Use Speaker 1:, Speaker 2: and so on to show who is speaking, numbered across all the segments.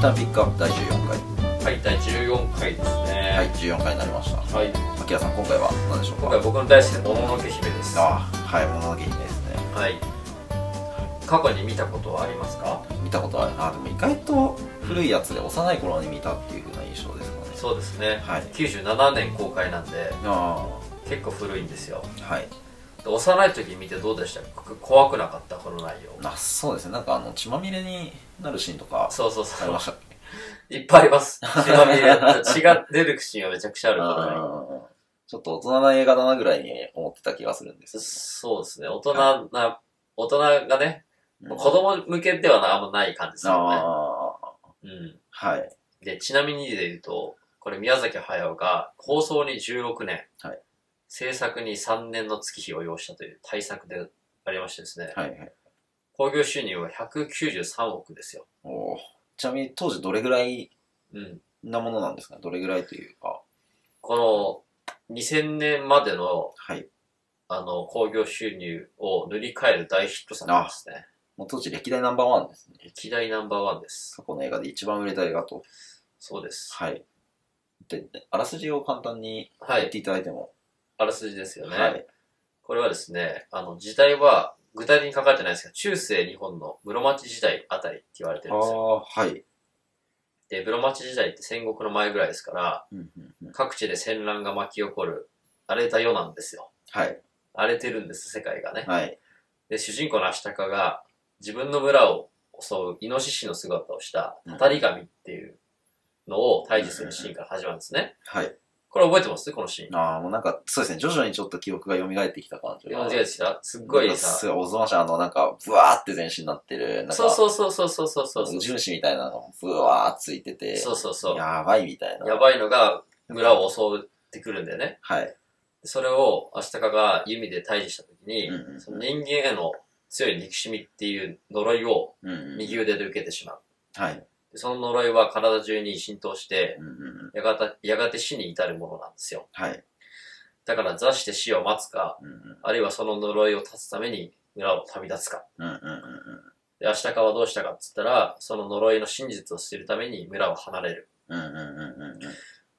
Speaker 1: ターピックアップ第14回
Speaker 2: はい、第14回ですね。
Speaker 1: はい14回になりました
Speaker 2: はい。
Speaker 1: アキラさん今回は何でしょうか
Speaker 2: 今回僕の大好きなもののけ姫です。は
Speaker 1: ああはいもののけ姫ですね
Speaker 2: い。過去に見たことはありますか
Speaker 1: 見たことあるなでも意外と古いやつで幼い頃に見たっていうふうな印象ですかね
Speaker 2: そうですね。
Speaker 1: はい
Speaker 2: 97年公開なんで、
Speaker 1: あ
Speaker 2: 結構古いんですよ。
Speaker 1: あはい
Speaker 2: で幼い時見てどうでしたこ怖くなかったこの内容。
Speaker 1: あそうですねなんかあの血まみれになるシーンとか
Speaker 2: そうそう
Speaker 1: あ
Speaker 2: そ
Speaker 1: りま
Speaker 2: う
Speaker 1: し。たっ
Speaker 2: いっぱいあり ます。血まみれ血が出るシーンはめちゃくちゃあ
Speaker 1: け
Speaker 2: るから。
Speaker 1: ああちょっと大人な映画だなぐらいに思ってた気がするんです
Speaker 2: そうですね。大人な、大人がね、
Speaker 1: よね
Speaker 2: 子供向けではあんまない感じですよ
Speaker 1: ああ
Speaker 2: ね。うん。
Speaker 1: はい
Speaker 2: で、ちなみにで言うと、これ宮崎駿が構想に16年、
Speaker 1: はい
Speaker 2: 制作に3年の月日を要したという大作でありましてですね、
Speaker 1: はいはい
Speaker 2: 興行収入は193億ですよ。
Speaker 1: おおちなみに当時どれぐらい
Speaker 2: うん。
Speaker 1: なものなんですかねどれぐらいというか
Speaker 2: この2000年までの、
Speaker 1: はい
Speaker 2: あの、興行収入を塗り替える大ヒット作ですね。
Speaker 1: もう当時歴代ナンバーワンですね
Speaker 2: 歴代ナンバーワンです。
Speaker 1: 過去の映画で一番売れた映画と
Speaker 2: そうです。
Speaker 1: はいであらすじを簡単に
Speaker 2: は
Speaker 1: 言っ
Speaker 2: い。
Speaker 1: ていただいても
Speaker 2: あらすじですよね。
Speaker 1: はい
Speaker 2: これはですね、あの、時代は、具体的に書かれてないですが、中世日本の室町時代あたりって言われてる
Speaker 1: あ
Speaker 2: んですよ。
Speaker 1: あはい
Speaker 2: で、室町時代って戦国の前ぐらいですから、
Speaker 1: うんうんうん
Speaker 2: 各地で戦乱が巻き起こる荒れた世なんですよ。
Speaker 1: はい
Speaker 2: 荒れてるんです、世界がね。
Speaker 1: はい
Speaker 2: で、主人公のアシタカが自分の村を襲うイノシシの姿をしたたたり神っていうのを退治するシーンから始まるんですね。
Speaker 1: はい
Speaker 2: これ覚えてますこのシーン。
Speaker 1: ああもうなんかそうですね徐々にちょっと記憶が蘇ってきた感じが
Speaker 2: 間違えてきたすっごい
Speaker 1: なんかす
Speaker 2: さ。
Speaker 1: ごいおぞましいあのなんかブワーって全身になってるなんか
Speaker 2: そうそうそうそうそうそうそう。
Speaker 1: 重視みたいなのがブワーついてて
Speaker 2: そうそうそう。
Speaker 1: やばいみたいな
Speaker 2: やばいのが村を襲ってくるんだよね。
Speaker 1: はい
Speaker 2: それをアシタカが弓で退治したときに、
Speaker 1: うんうんうん
Speaker 2: その人間への強い憎しみっていう呪いを
Speaker 1: うんうん
Speaker 2: 右腕で受けてしまう。
Speaker 1: はい
Speaker 2: でその呪いは体中に浸透して、
Speaker 1: うんうんうん
Speaker 2: やがて、やがて死に至るものなんですよ。
Speaker 1: はい
Speaker 2: だから座して死を待つか、
Speaker 1: うんうん
Speaker 2: あるいはその呪いを断つために村を旅立つか。
Speaker 1: うんうんうん
Speaker 2: で、アシタカはどうしたかって言ったら、その呪いの真実を知るために村を離れる。
Speaker 1: うんうんうんうん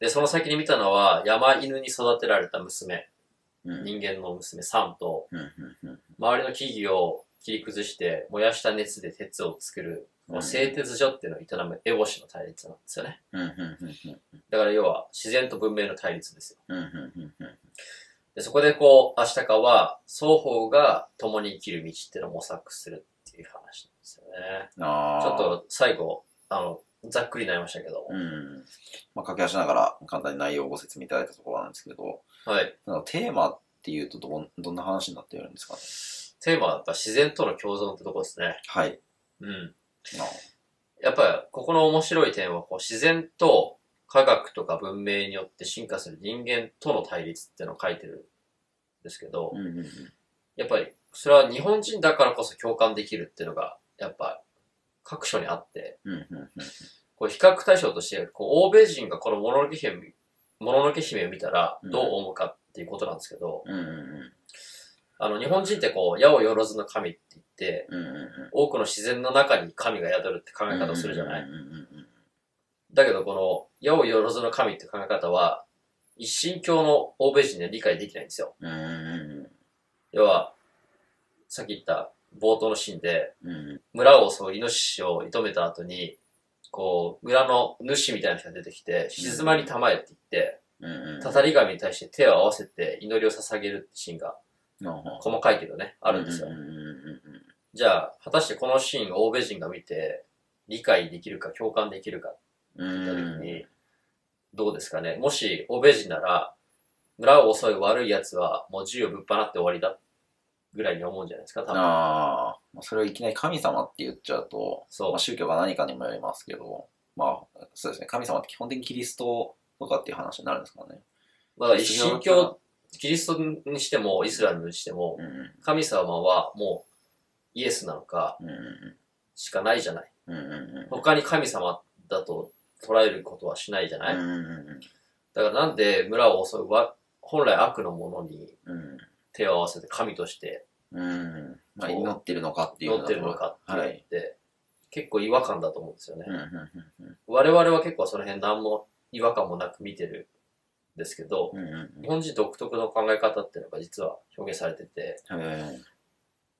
Speaker 2: で、その先に見たのは、山犬に育てられた娘、
Speaker 1: うんうん
Speaker 2: 人間の娘サンと、
Speaker 1: うんうんうん
Speaker 2: 周りの木々を切り崩して燃やした熱で鉄を作る、
Speaker 1: うん
Speaker 2: 製鉄所っていうのを営むエボシの対立なんですよね。
Speaker 1: うんうんうんうん
Speaker 2: だから要は自然と文明の対立ですよ。
Speaker 1: うんうんうんうん
Speaker 2: でそこでこう、アシタカは双方が共に生きる道っていうのを模索するっていう話なんですよね。
Speaker 1: ああ
Speaker 2: ちょっと最後、あの、ざっくりになりましたけども。
Speaker 1: うん。まあ、駆け足ながら簡単に内容をご説明いただいたところなんですけど、
Speaker 2: はい。
Speaker 1: なんかテーマっていうとどん、どんな話になっているんですかね。
Speaker 2: テーマはやっぱ自然との共存ってとこですね。
Speaker 1: はい。
Speaker 2: うん。
Speaker 1: あ
Speaker 2: やっぱりここの面白い点はこう自然と科学とか文明によって進化する人間との対立っていうのを書いてるんですけど、
Speaker 1: うんうんうん。
Speaker 2: やっぱりそれは日本人だからこそ共感できるっていうのがやっぱ各所にあって、
Speaker 1: うんうんうん。
Speaker 2: こう比較対象としてこう欧米人がこのもののけ姫もののけ姫を見たらどう思うかっていうことなんですけど、
Speaker 1: うんうん
Speaker 2: あの日本人ってこう矢をよろずの神って言って、
Speaker 1: うん。うんうんうん。
Speaker 2: 多くの自然の中に神が宿るって考え方をするじゃない、
Speaker 1: うんうんうん
Speaker 2: だけどこの、八百万の神って考え方は、一神教の欧米人には理解できないんですよ。
Speaker 1: うん。うん
Speaker 2: 要は、さっき言った冒頭のシーンで、
Speaker 1: うんうん。
Speaker 2: 村を襲うイノシシを射止めた後に、こう、村の主みたいな人が出てきて、静まりたまえって言って、
Speaker 1: うんうん。
Speaker 2: たたり神に対して手を合わせて祈りを捧げるってシーンが、細かいけどね、あるんですよ
Speaker 1: うん。うんうん
Speaker 2: じゃあ、果たしてこのシーンを欧米人が見て、理解できるか共感できるか
Speaker 1: うん
Speaker 2: った
Speaker 1: うん。
Speaker 2: 時に、どうですかね。もし、欧米人なら、村を襲う悪い奴は、もう銃をぶっ放って終わりだ、ぐらいに思うんじゃないですか、多
Speaker 1: あ
Speaker 2: 分。
Speaker 1: あ、まあそれをいきなり神様って言っちゃうと、
Speaker 2: そう
Speaker 1: まあ、。宗教が何かにもよりますけど、まあ、そうですね。神様って基本的にキリストとかっていう話になるんですかね。
Speaker 2: まあ、一神教、キリストにしても、イスラムにしても
Speaker 1: う、んうん。
Speaker 2: 神様はもう、イエスなのか、
Speaker 1: うんうん
Speaker 2: しかないじゃない。
Speaker 1: うんうんうんうん
Speaker 2: 他に神様だと捉えることはしないじゃない。
Speaker 1: うん
Speaker 2: だからなんで村を襲うわ、本来悪のものに
Speaker 1: うんうん
Speaker 2: 手を合わせて神として
Speaker 1: うんうんまあ祈ってるのかっていう
Speaker 2: 祈
Speaker 1: の
Speaker 2: ってるのかっていうのって、結構違和感だと思うんですよね。
Speaker 1: うんうんうんうん
Speaker 2: 我々は結構その辺何も違和感もなく見てるんですけど、
Speaker 1: うんうん
Speaker 2: 日本人独特の考え方っていうのが実は表現されてて、
Speaker 1: うん。へえ。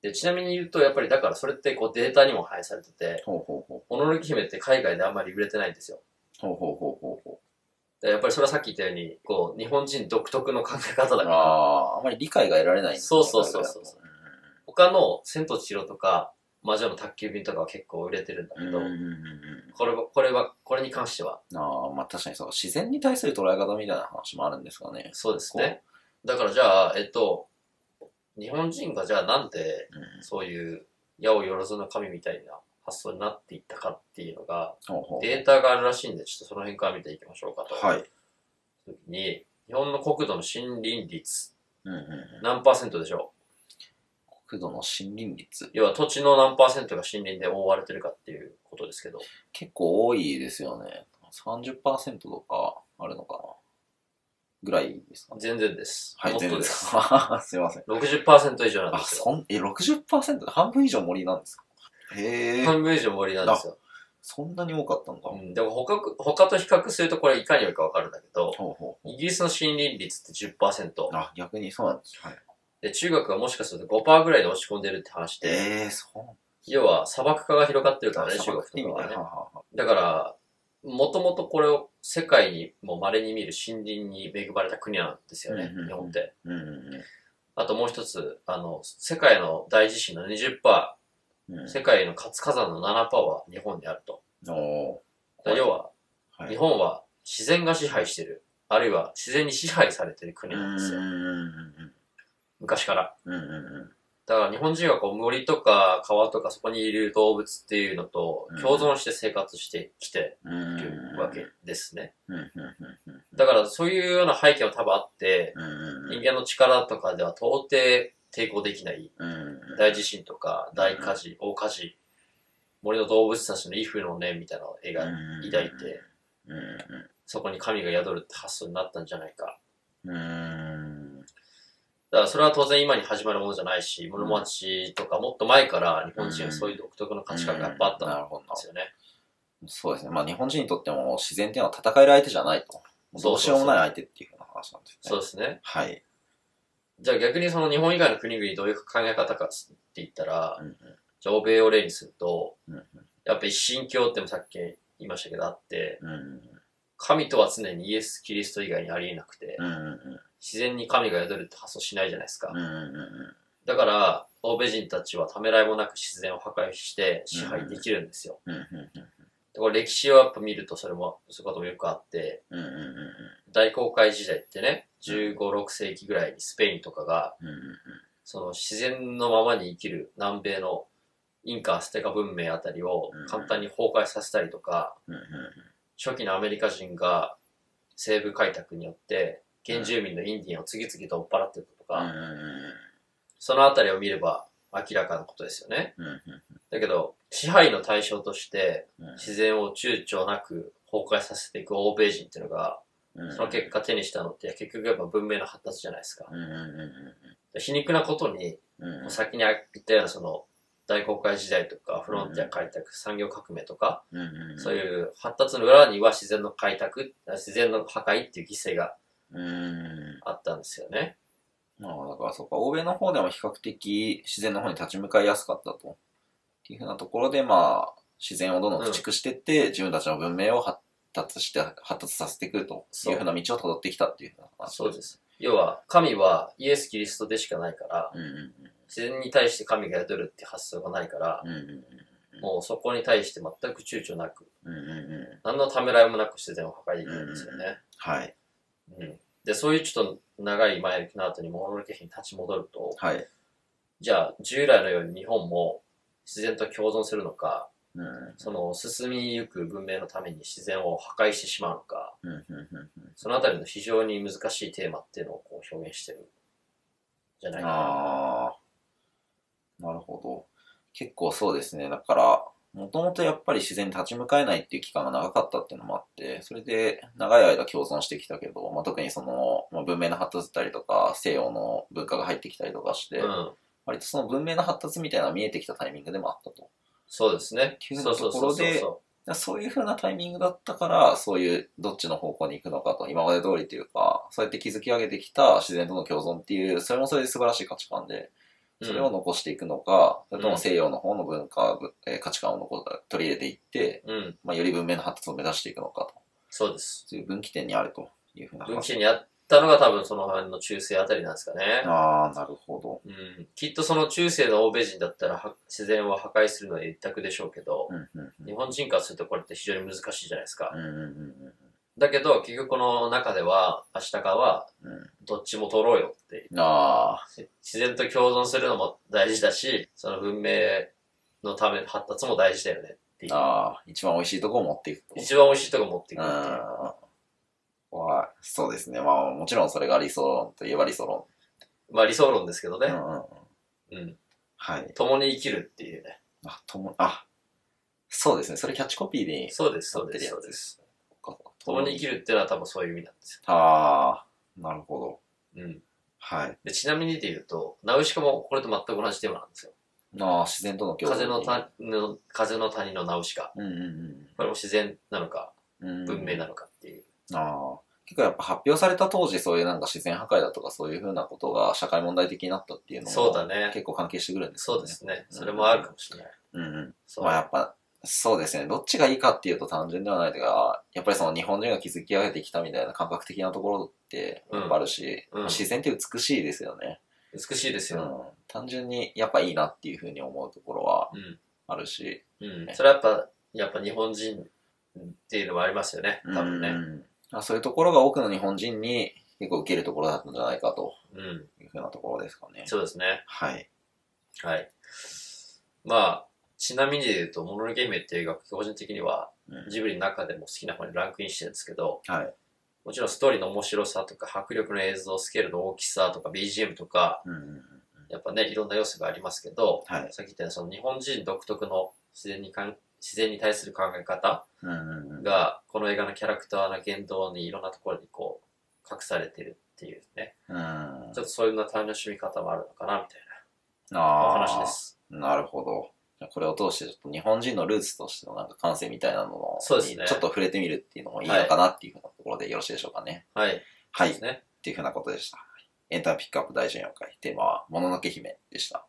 Speaker 2: で、ちなみに言うと、やっぱりだからそれってこうデータにも反映されてて、
Speaker 1: ほうほうほう。
Speaker 2: おののき姫って海外であんまり売れてないんですよ。
Speaker 1: ほうほうほうほうほ
Speaker 2: でやっぱりそれはさっき言ったように、こう、日本人独特の考え方
Speaker 1: う。
Speaker 2: だから、
Speaker 1: ああ、あまり理解が得られないんですね
Speaker 2: そうそうそうそ
Speaker 1: 海外だ
Speaker 2: う
Speaker 1: と
Speaker 2: 他の千と千尋とか、魔女の宅急便とかは結構売れてるんだけ
Speaker 1: うんうん
Speaker 2: ど、
Speaker 1: うんうんうん。
Speaker 2: これは、これは、これに関しては、
Speaker 1: ああ、まあ確かにそう。自然に対する捉え方みたいな話もあるんですがね。
Speaker 2: そうですね。だからじゃあ、えっと、日本人がじゃあなんで、
Speaker 1: うん。
Speaker 2: そういう、矢をよろずの神みたいな発想になっていったかっていうのが、
Speaker 1: ほうほう。
Speaker 2: データがあるらしいんで、ちょっとその辺から見ていきましょうかと。
Speaker 1: はい。
Speaker 2: 時に、日本の国土の森林率、
Speaker 1: うんうんうん。
Speaker 2: 何パーセントでしょ
Speaker 1: 国土の森林率
Speaker 2: う。要は土地の何パーセントが森林で覆われてるかっていうことですけど、
Speaker 1: 結構多いですよね。30%とかあるのかなぐらいですかね。
Speaker 2: 全然です。
Speaker 1: はい、
Speaker 2: もっ
Speaker 1: 全
Speaker 2: と
Speaker 1: 然
Speaker 2: で。
Speaker 1: ですす。すいません。
Speaker 2: 60%以上なん
Speaker 1: あ、
Speaker 2: ですよ。
Speaker 1: そん、え、60%で半分以上森なんですかへえ。
Speaker 2: 半分以上森なんですよ。
Speaker 1: そんなに多かったのか。
Speaker 2: うん、でも他く他と比較するとこれいかによいかわかるんだけど、
Speaker 1: ほうほ
Speaker 2: イギリスの森林率って10%。
Speaker 1: う。あ、逆にそうなんです。はい。
Speaker 2: で、中学がもしかすると5%ぐらいで落ち込んでるって話で、
Speaker 1: ええ、そう
Speaker 2: 要は砂漠化が広がってるか
Speaker 1: なん
Speaker 2: らね、
Speaker 1: だ。
Speaker 2: 中
Speaker 1: 砂
Speaker 2: 国
Speaker 1: 漠
Speaker 2: とか
Speaker 1: みた
Speaker 2: はい
Speaker 1: な。は。
Speaker 2: ね
Speaker 1: あはあは
Speaker 2: だから、もともとこれを世界にも稀に見る森林に恵まれた国なんですよ
Speaker 1: うん
Speaker 2: ね
Speaker 1: うんう、ん
Speaker 2: 日本って。
Speaker 1: あうんうん
Speaker 2: あともう一つ、あの、世界の大地震の
Speaker 1: う
Speaker 2: 20%、
Speaker 1: ん。うん
Speaker 2: 世界の活火山の7%は日本にあると。
Speaker 1: お
Speaker 2: だから要は、
Speaker 1: ーはい
Speaker 2: 日本は自然が支配してる、あるいは自然に支配されてる国なんですよ。昔から。
Speaker 1: うんうんうん
Speaker 2: だから日本人はこう森とか川とかそこにいる動物っていうのと
Speaker 1: うん
Speaker 2: 共存して生活してきて
Speaker 1: うんうんうんうん
Speaker 2: るわけですね。
Speaker 1: うんうんうんうん
Speaker 2: だからそういうような背景は多分あって、
Speaker 1: うん
Speaker 2: 人間の力とかでは到底抵抗できない
Speaker 1: うんうん
Speaker 2: 大地震とか大火事、大火事、森の動物たちのイフの念みたいなのを絵が抱いて、
Speaker 1: うんう
Speaker 2: そこに神が宿るって発想になったんじゃないか。
Speaker 1: んうん
Speaker 2: だからそれは当然今に始まるものじゃないし、室町とかもっと前から日本人はそういう独特の価値観がやっぱあったん
Speaker 1: な
Speaker 2: で
Speaker 1: るほどな
Speaker 2: すよね。
Speaker 1: そうですねまあ日本人にとっても自然っていうのは戦える相手じゃないとどうしようもない相手っていうふうな話なんですね
Speaker 2: そうですね。
Speaker 1: はい
Speaker 2: じゃあ逆にその日本以外の国々どういう考え方かって言ったら
Speaker 1: う、ん
Speaker 2: じゃあ欧米を例にすると、
Speaker 1: うん
Speaker 2: やっぱ一神教ってもさっき言いましたけどあって、
Speaker 1: うん
Speaker 2: 神とは常にイエス・キリスト以外にありえなくて、
Speaker 1: うんうん
Speaker 2: 自然に神が宿るって発想しないじゃないですか。
Speaker 1: うんうんうん
Speaker 2: だから、欧米人たちはためらいもなく自然を破壊して支配できるんですよ。
Speaker 1: うんうん
Speaker 2: でこれ歴史をやっぱ見るとそれも、そういうこともよくあって、
Speaker 1: うんうんうん
Speaker 2: 大航海時代ってね、15、6世紀ぐらいにスペインとかが、
Speaker 1: うんうん
Speaker 2: その自然のままに生きる南米のインカ・アステカ文明あたりを
Speaker 1: うん
Speaker 2: 簡単に崩壊させたりとか、
Speaker 1: うんうん
Speaker 2: 初期のアメリカ人が西部開拓によって原住民のインディアンを次々と追っ払ってったとか、そのあたりを見れば明らかなことですよね。
Speaker 1: うんうんうん
Speaker 2: だけど、支配の対象として
Speaker 1: うん
Speaker 2: 自然を躊躇なく崩壊させていく欧米人っていうのが、
Speaker 1: うん
Speaker 2: その結果手にしたのって結局やっぱ文明の発達じゃないですか。
Speaker 1: うんうんうん
Speaker 2: で皮肉なことに、
Speaker 1: うんうん
Speaker 2: 先に言ったようなその大航海時代とかフロンティア開拓、産業革命とか、
Speaker 1: うんうん
Speaker 2: そういう発達の裏には自然の開拓自然の破壊っていう犠牲が
Speaker 1: うん
Speaker 2: あったんですよね。
Speaker 1: まあ、だからそうか、欧米の方でも比較的自然の方に立ち向かいやすかったと。っていうふうなところで、まあ、自然をどんどん駆逐していって、自分たちの文明を発達して、発達させていくと
Speaker 2: そ
Speaker 1: いううふうな道を辿ってきたっていうふうな話
Speaker 2: そうです。要は神はイエス・キリストでしかないから
Speaker 1: うんうん
Speaker 2: 自然に対して神が宿るって発想がないから
Speaker 1: うん。うん
Speaker 2: もうそこに対して全く躊躇なく
Speaker 1: うんうんうんうん。
Speaker 2: 何のためらいもなく自然を破壊できるんですよね。
Speaker 1: はい。
Speaker 2: うん、でそういうちょっと長い前の後にモノロケに立ち戻ると、
Speaker 1: はい。
Speaker 2: じゃあ従来のように日本も自然と共存するのか、
Speaker 1: うんうん
Speaker 2: その進みゆく文明のために自然を破壊してしまうのか、
Speaker 1: うんうんうん
Speaker 2: そのあたりの非常に難しいテーマっていうのをこう表現してるんじゃないかな。
Speaker 1: ああ、なるほど。結構そうですね。だから、もともとやっぱり自然に立ち向かえないっていう期間が長かったっていうのもあって、それで長い間共存してきたけど、まあ、特にその、まあ、文明の発達だったりとか、西洋の文化が入ってきたりとかして、
Speaker 2: うん、
Speaker 1: 割とその文明の発達みたいなのが見えてきたタイミングでもあったと。
Speaker 2: そうですね。
Speaker 1: 急な
Speaker 2: そうそうそう
Speaker 1: ところで
Speaker 2: そう。
Speaker 1: らそういう風なタイミングだったから、そういうどっちの方向に行くのかと、今まで通りというか、そうやって築き上げてきた自然との共存っていう、それもそれで素晴らしい価値観で、それを残していくのか、それとも西洋の方の文化、えー価値観を残取り入れていって、
Speaker 2: うん、
Speaker 1: まあ、より文明の発達を目指していくのかと、
Speaker 2: そうです。
Speaker 1: そういう分岐点にあるという風な
Speaker 2: 分岐
Speaker 1: 話。
Speaker 2: 点にあったのが多分その辺の中世あたりなんですかね。
Speaker 1: ああ、なるほど。
Speaker 2: うん、きっとその中世の欧米人だったらは自然を破壊するのは一択でしょうけど
Speaker 1: う、んうんうん
Speaker 2: 日本人からするとこれって非常に難しいじゃないですか。
Speaker 1: うんうんうん
Speaker 2: だけど結局この中ではアシタカは
Speaker 1: うんう
Speaker 2: どっちも取ろうよって
Speaker 1: ん。ああ、
Speaker 2: 自然と共存するのも大事だし、その文明のため、発達も大事だよねっていう。
Speaker 1: ああ、一番美味しいとこを持っていくと。
Speaker 2: 一番美味しいとこ持ってく
Speaker 1: う。
Speaker 2: るっていうん
Speaker 1: はい。そうですね。まあ、もちろんそれが理想論といえば理想論。
Speaker 2: まあ理想論ですけど
Speaker 1: う
Speaker 2: ね。
Speaker 1: んうんうん
Speaker 2: うん。
Speaker 1: はい。
Speaker 2: 共に生きるっていうね。
Speaker 1: あ、とも、あ、そうですね。それキャッチコピーでいい。
Speaker 2: そうです、そう
Speaker 1: 合って
Speaker 2: で
Speaker 1: る
Speaker 2: す、
Speaker 1: やつ
Speaker 2: そうです。共
Speaker 1: 共
Speaker 2: に生きるっていうのは多分そういう意味なんです
Speaker 1: ああ、なるほど。
Speaker 2: よ。うん。
Speaker 1: はい。
Speaker 2: でちなみにで言うと、ナウシカもこれと全く同じテーマなんですよ。
Speaker 1: ああ、自然との共
Speaker 2: 風の
Speaker 1: 谷。
Speaker 2: 谷の、風の谷のナウシカ。
Speaker 1: うんうん
Speaker 2: これも自然なのか、
Speaker 1: うん。うん
Speaker 2: 文明なのかっていう。
Speaker 1: ああ。結構やっぱ発表された当時、そういうなんか自然破壊だとかそういうふうなことが社会問題的になったっていうのも、
Speaker 2: そうだね。
Speaker 1: 結構関係してくるんですよ
Speaker 2: そう
Speaker 1: ね。
Speaker 2: で。すね。それもあるかもしれない。
Speaker 1: うんうん。
Speaker 2: そう。
Speaker 1: まあやっぱ、そうですね。どっちがいいかっていうと単純ではないというか、やっぱりその日本人が築き上げてきたみたいな感覚的なところってやっぱあるし、
Speaker 2: うんうん
Speaker 1: 自然って美しいですよね。
Speaker 2: 美しいです
Speaker 1: うん
Speaker 2: よ。
Speaker 1: 単純にやっぱいいなっていうふうに思うところは
Speaker 2: うん。
Speaker 1: あるし、
Speaker 2: うん
Speaker 1: ね
Speaker 2: それはやっぱ、やっぱ日本人っていうのもありますよね、多分
Speaker 1: う
Speaker 2: ね。
Speaker 1: んまあそういうところが多くの日本人に結構受けるところだったんじゃないかと
Speaker 2: うん、
Speaker 1: いうふうなところですかね。
Speaker 2: そうですね。
Speaker 1: はい。
Speaker 2: はい。まあ、ちなみに言うと、もののけ姫っていう映画、個人的には
Speaker 1: うん
Speaker 2: ジブリの中でも好きな方にランクインしてるんですけど、
Speaker 1: はい。
Speaker 2: もちろんストーリーの面白さとか、迫力の映像、スケールの大きさとか、BGM とか、
Speaker 1: うんうんうん
Speaker 2: やっぱね、いろんな要素がありますけど、
Speaker 1: はい
Speaker 2: さっき言ったようにその日本人独特の自然にかん自然に対する考え方
Speaker 1: うんうんうん
Speaker 2: が、この映画のキャラクターの言動にいろんなところにこう、隠されてるっていうね。
Speaker 1: うん
Speaker 2: ちょっとそういうな楽しみ方もあるのかなみたいなお
Speaker 1: あ
Speaker 2: 話
Speaker 1: ー
Speaker 2: です。
Speaker 1: なるほど。これを通して、ちょっと日本人のルーツとしてのなんか感性みたいなのを、
Speaker 2: そうですね
Speaker 1: ちょっと触れてみるっていうのもいいのかなっていうふうなところでよろしいでしょうかね。
Speaker 2: はい。
Speaker 1: は
Speaker 2: で
Speaker 1: い。
Speaker 2: す
Speaker 1: っ
Speaker 2: ね。
Speaker 1: ていうふうなことでした。エンターピックアップ大巡4回、テーマは、もののけ姫でした。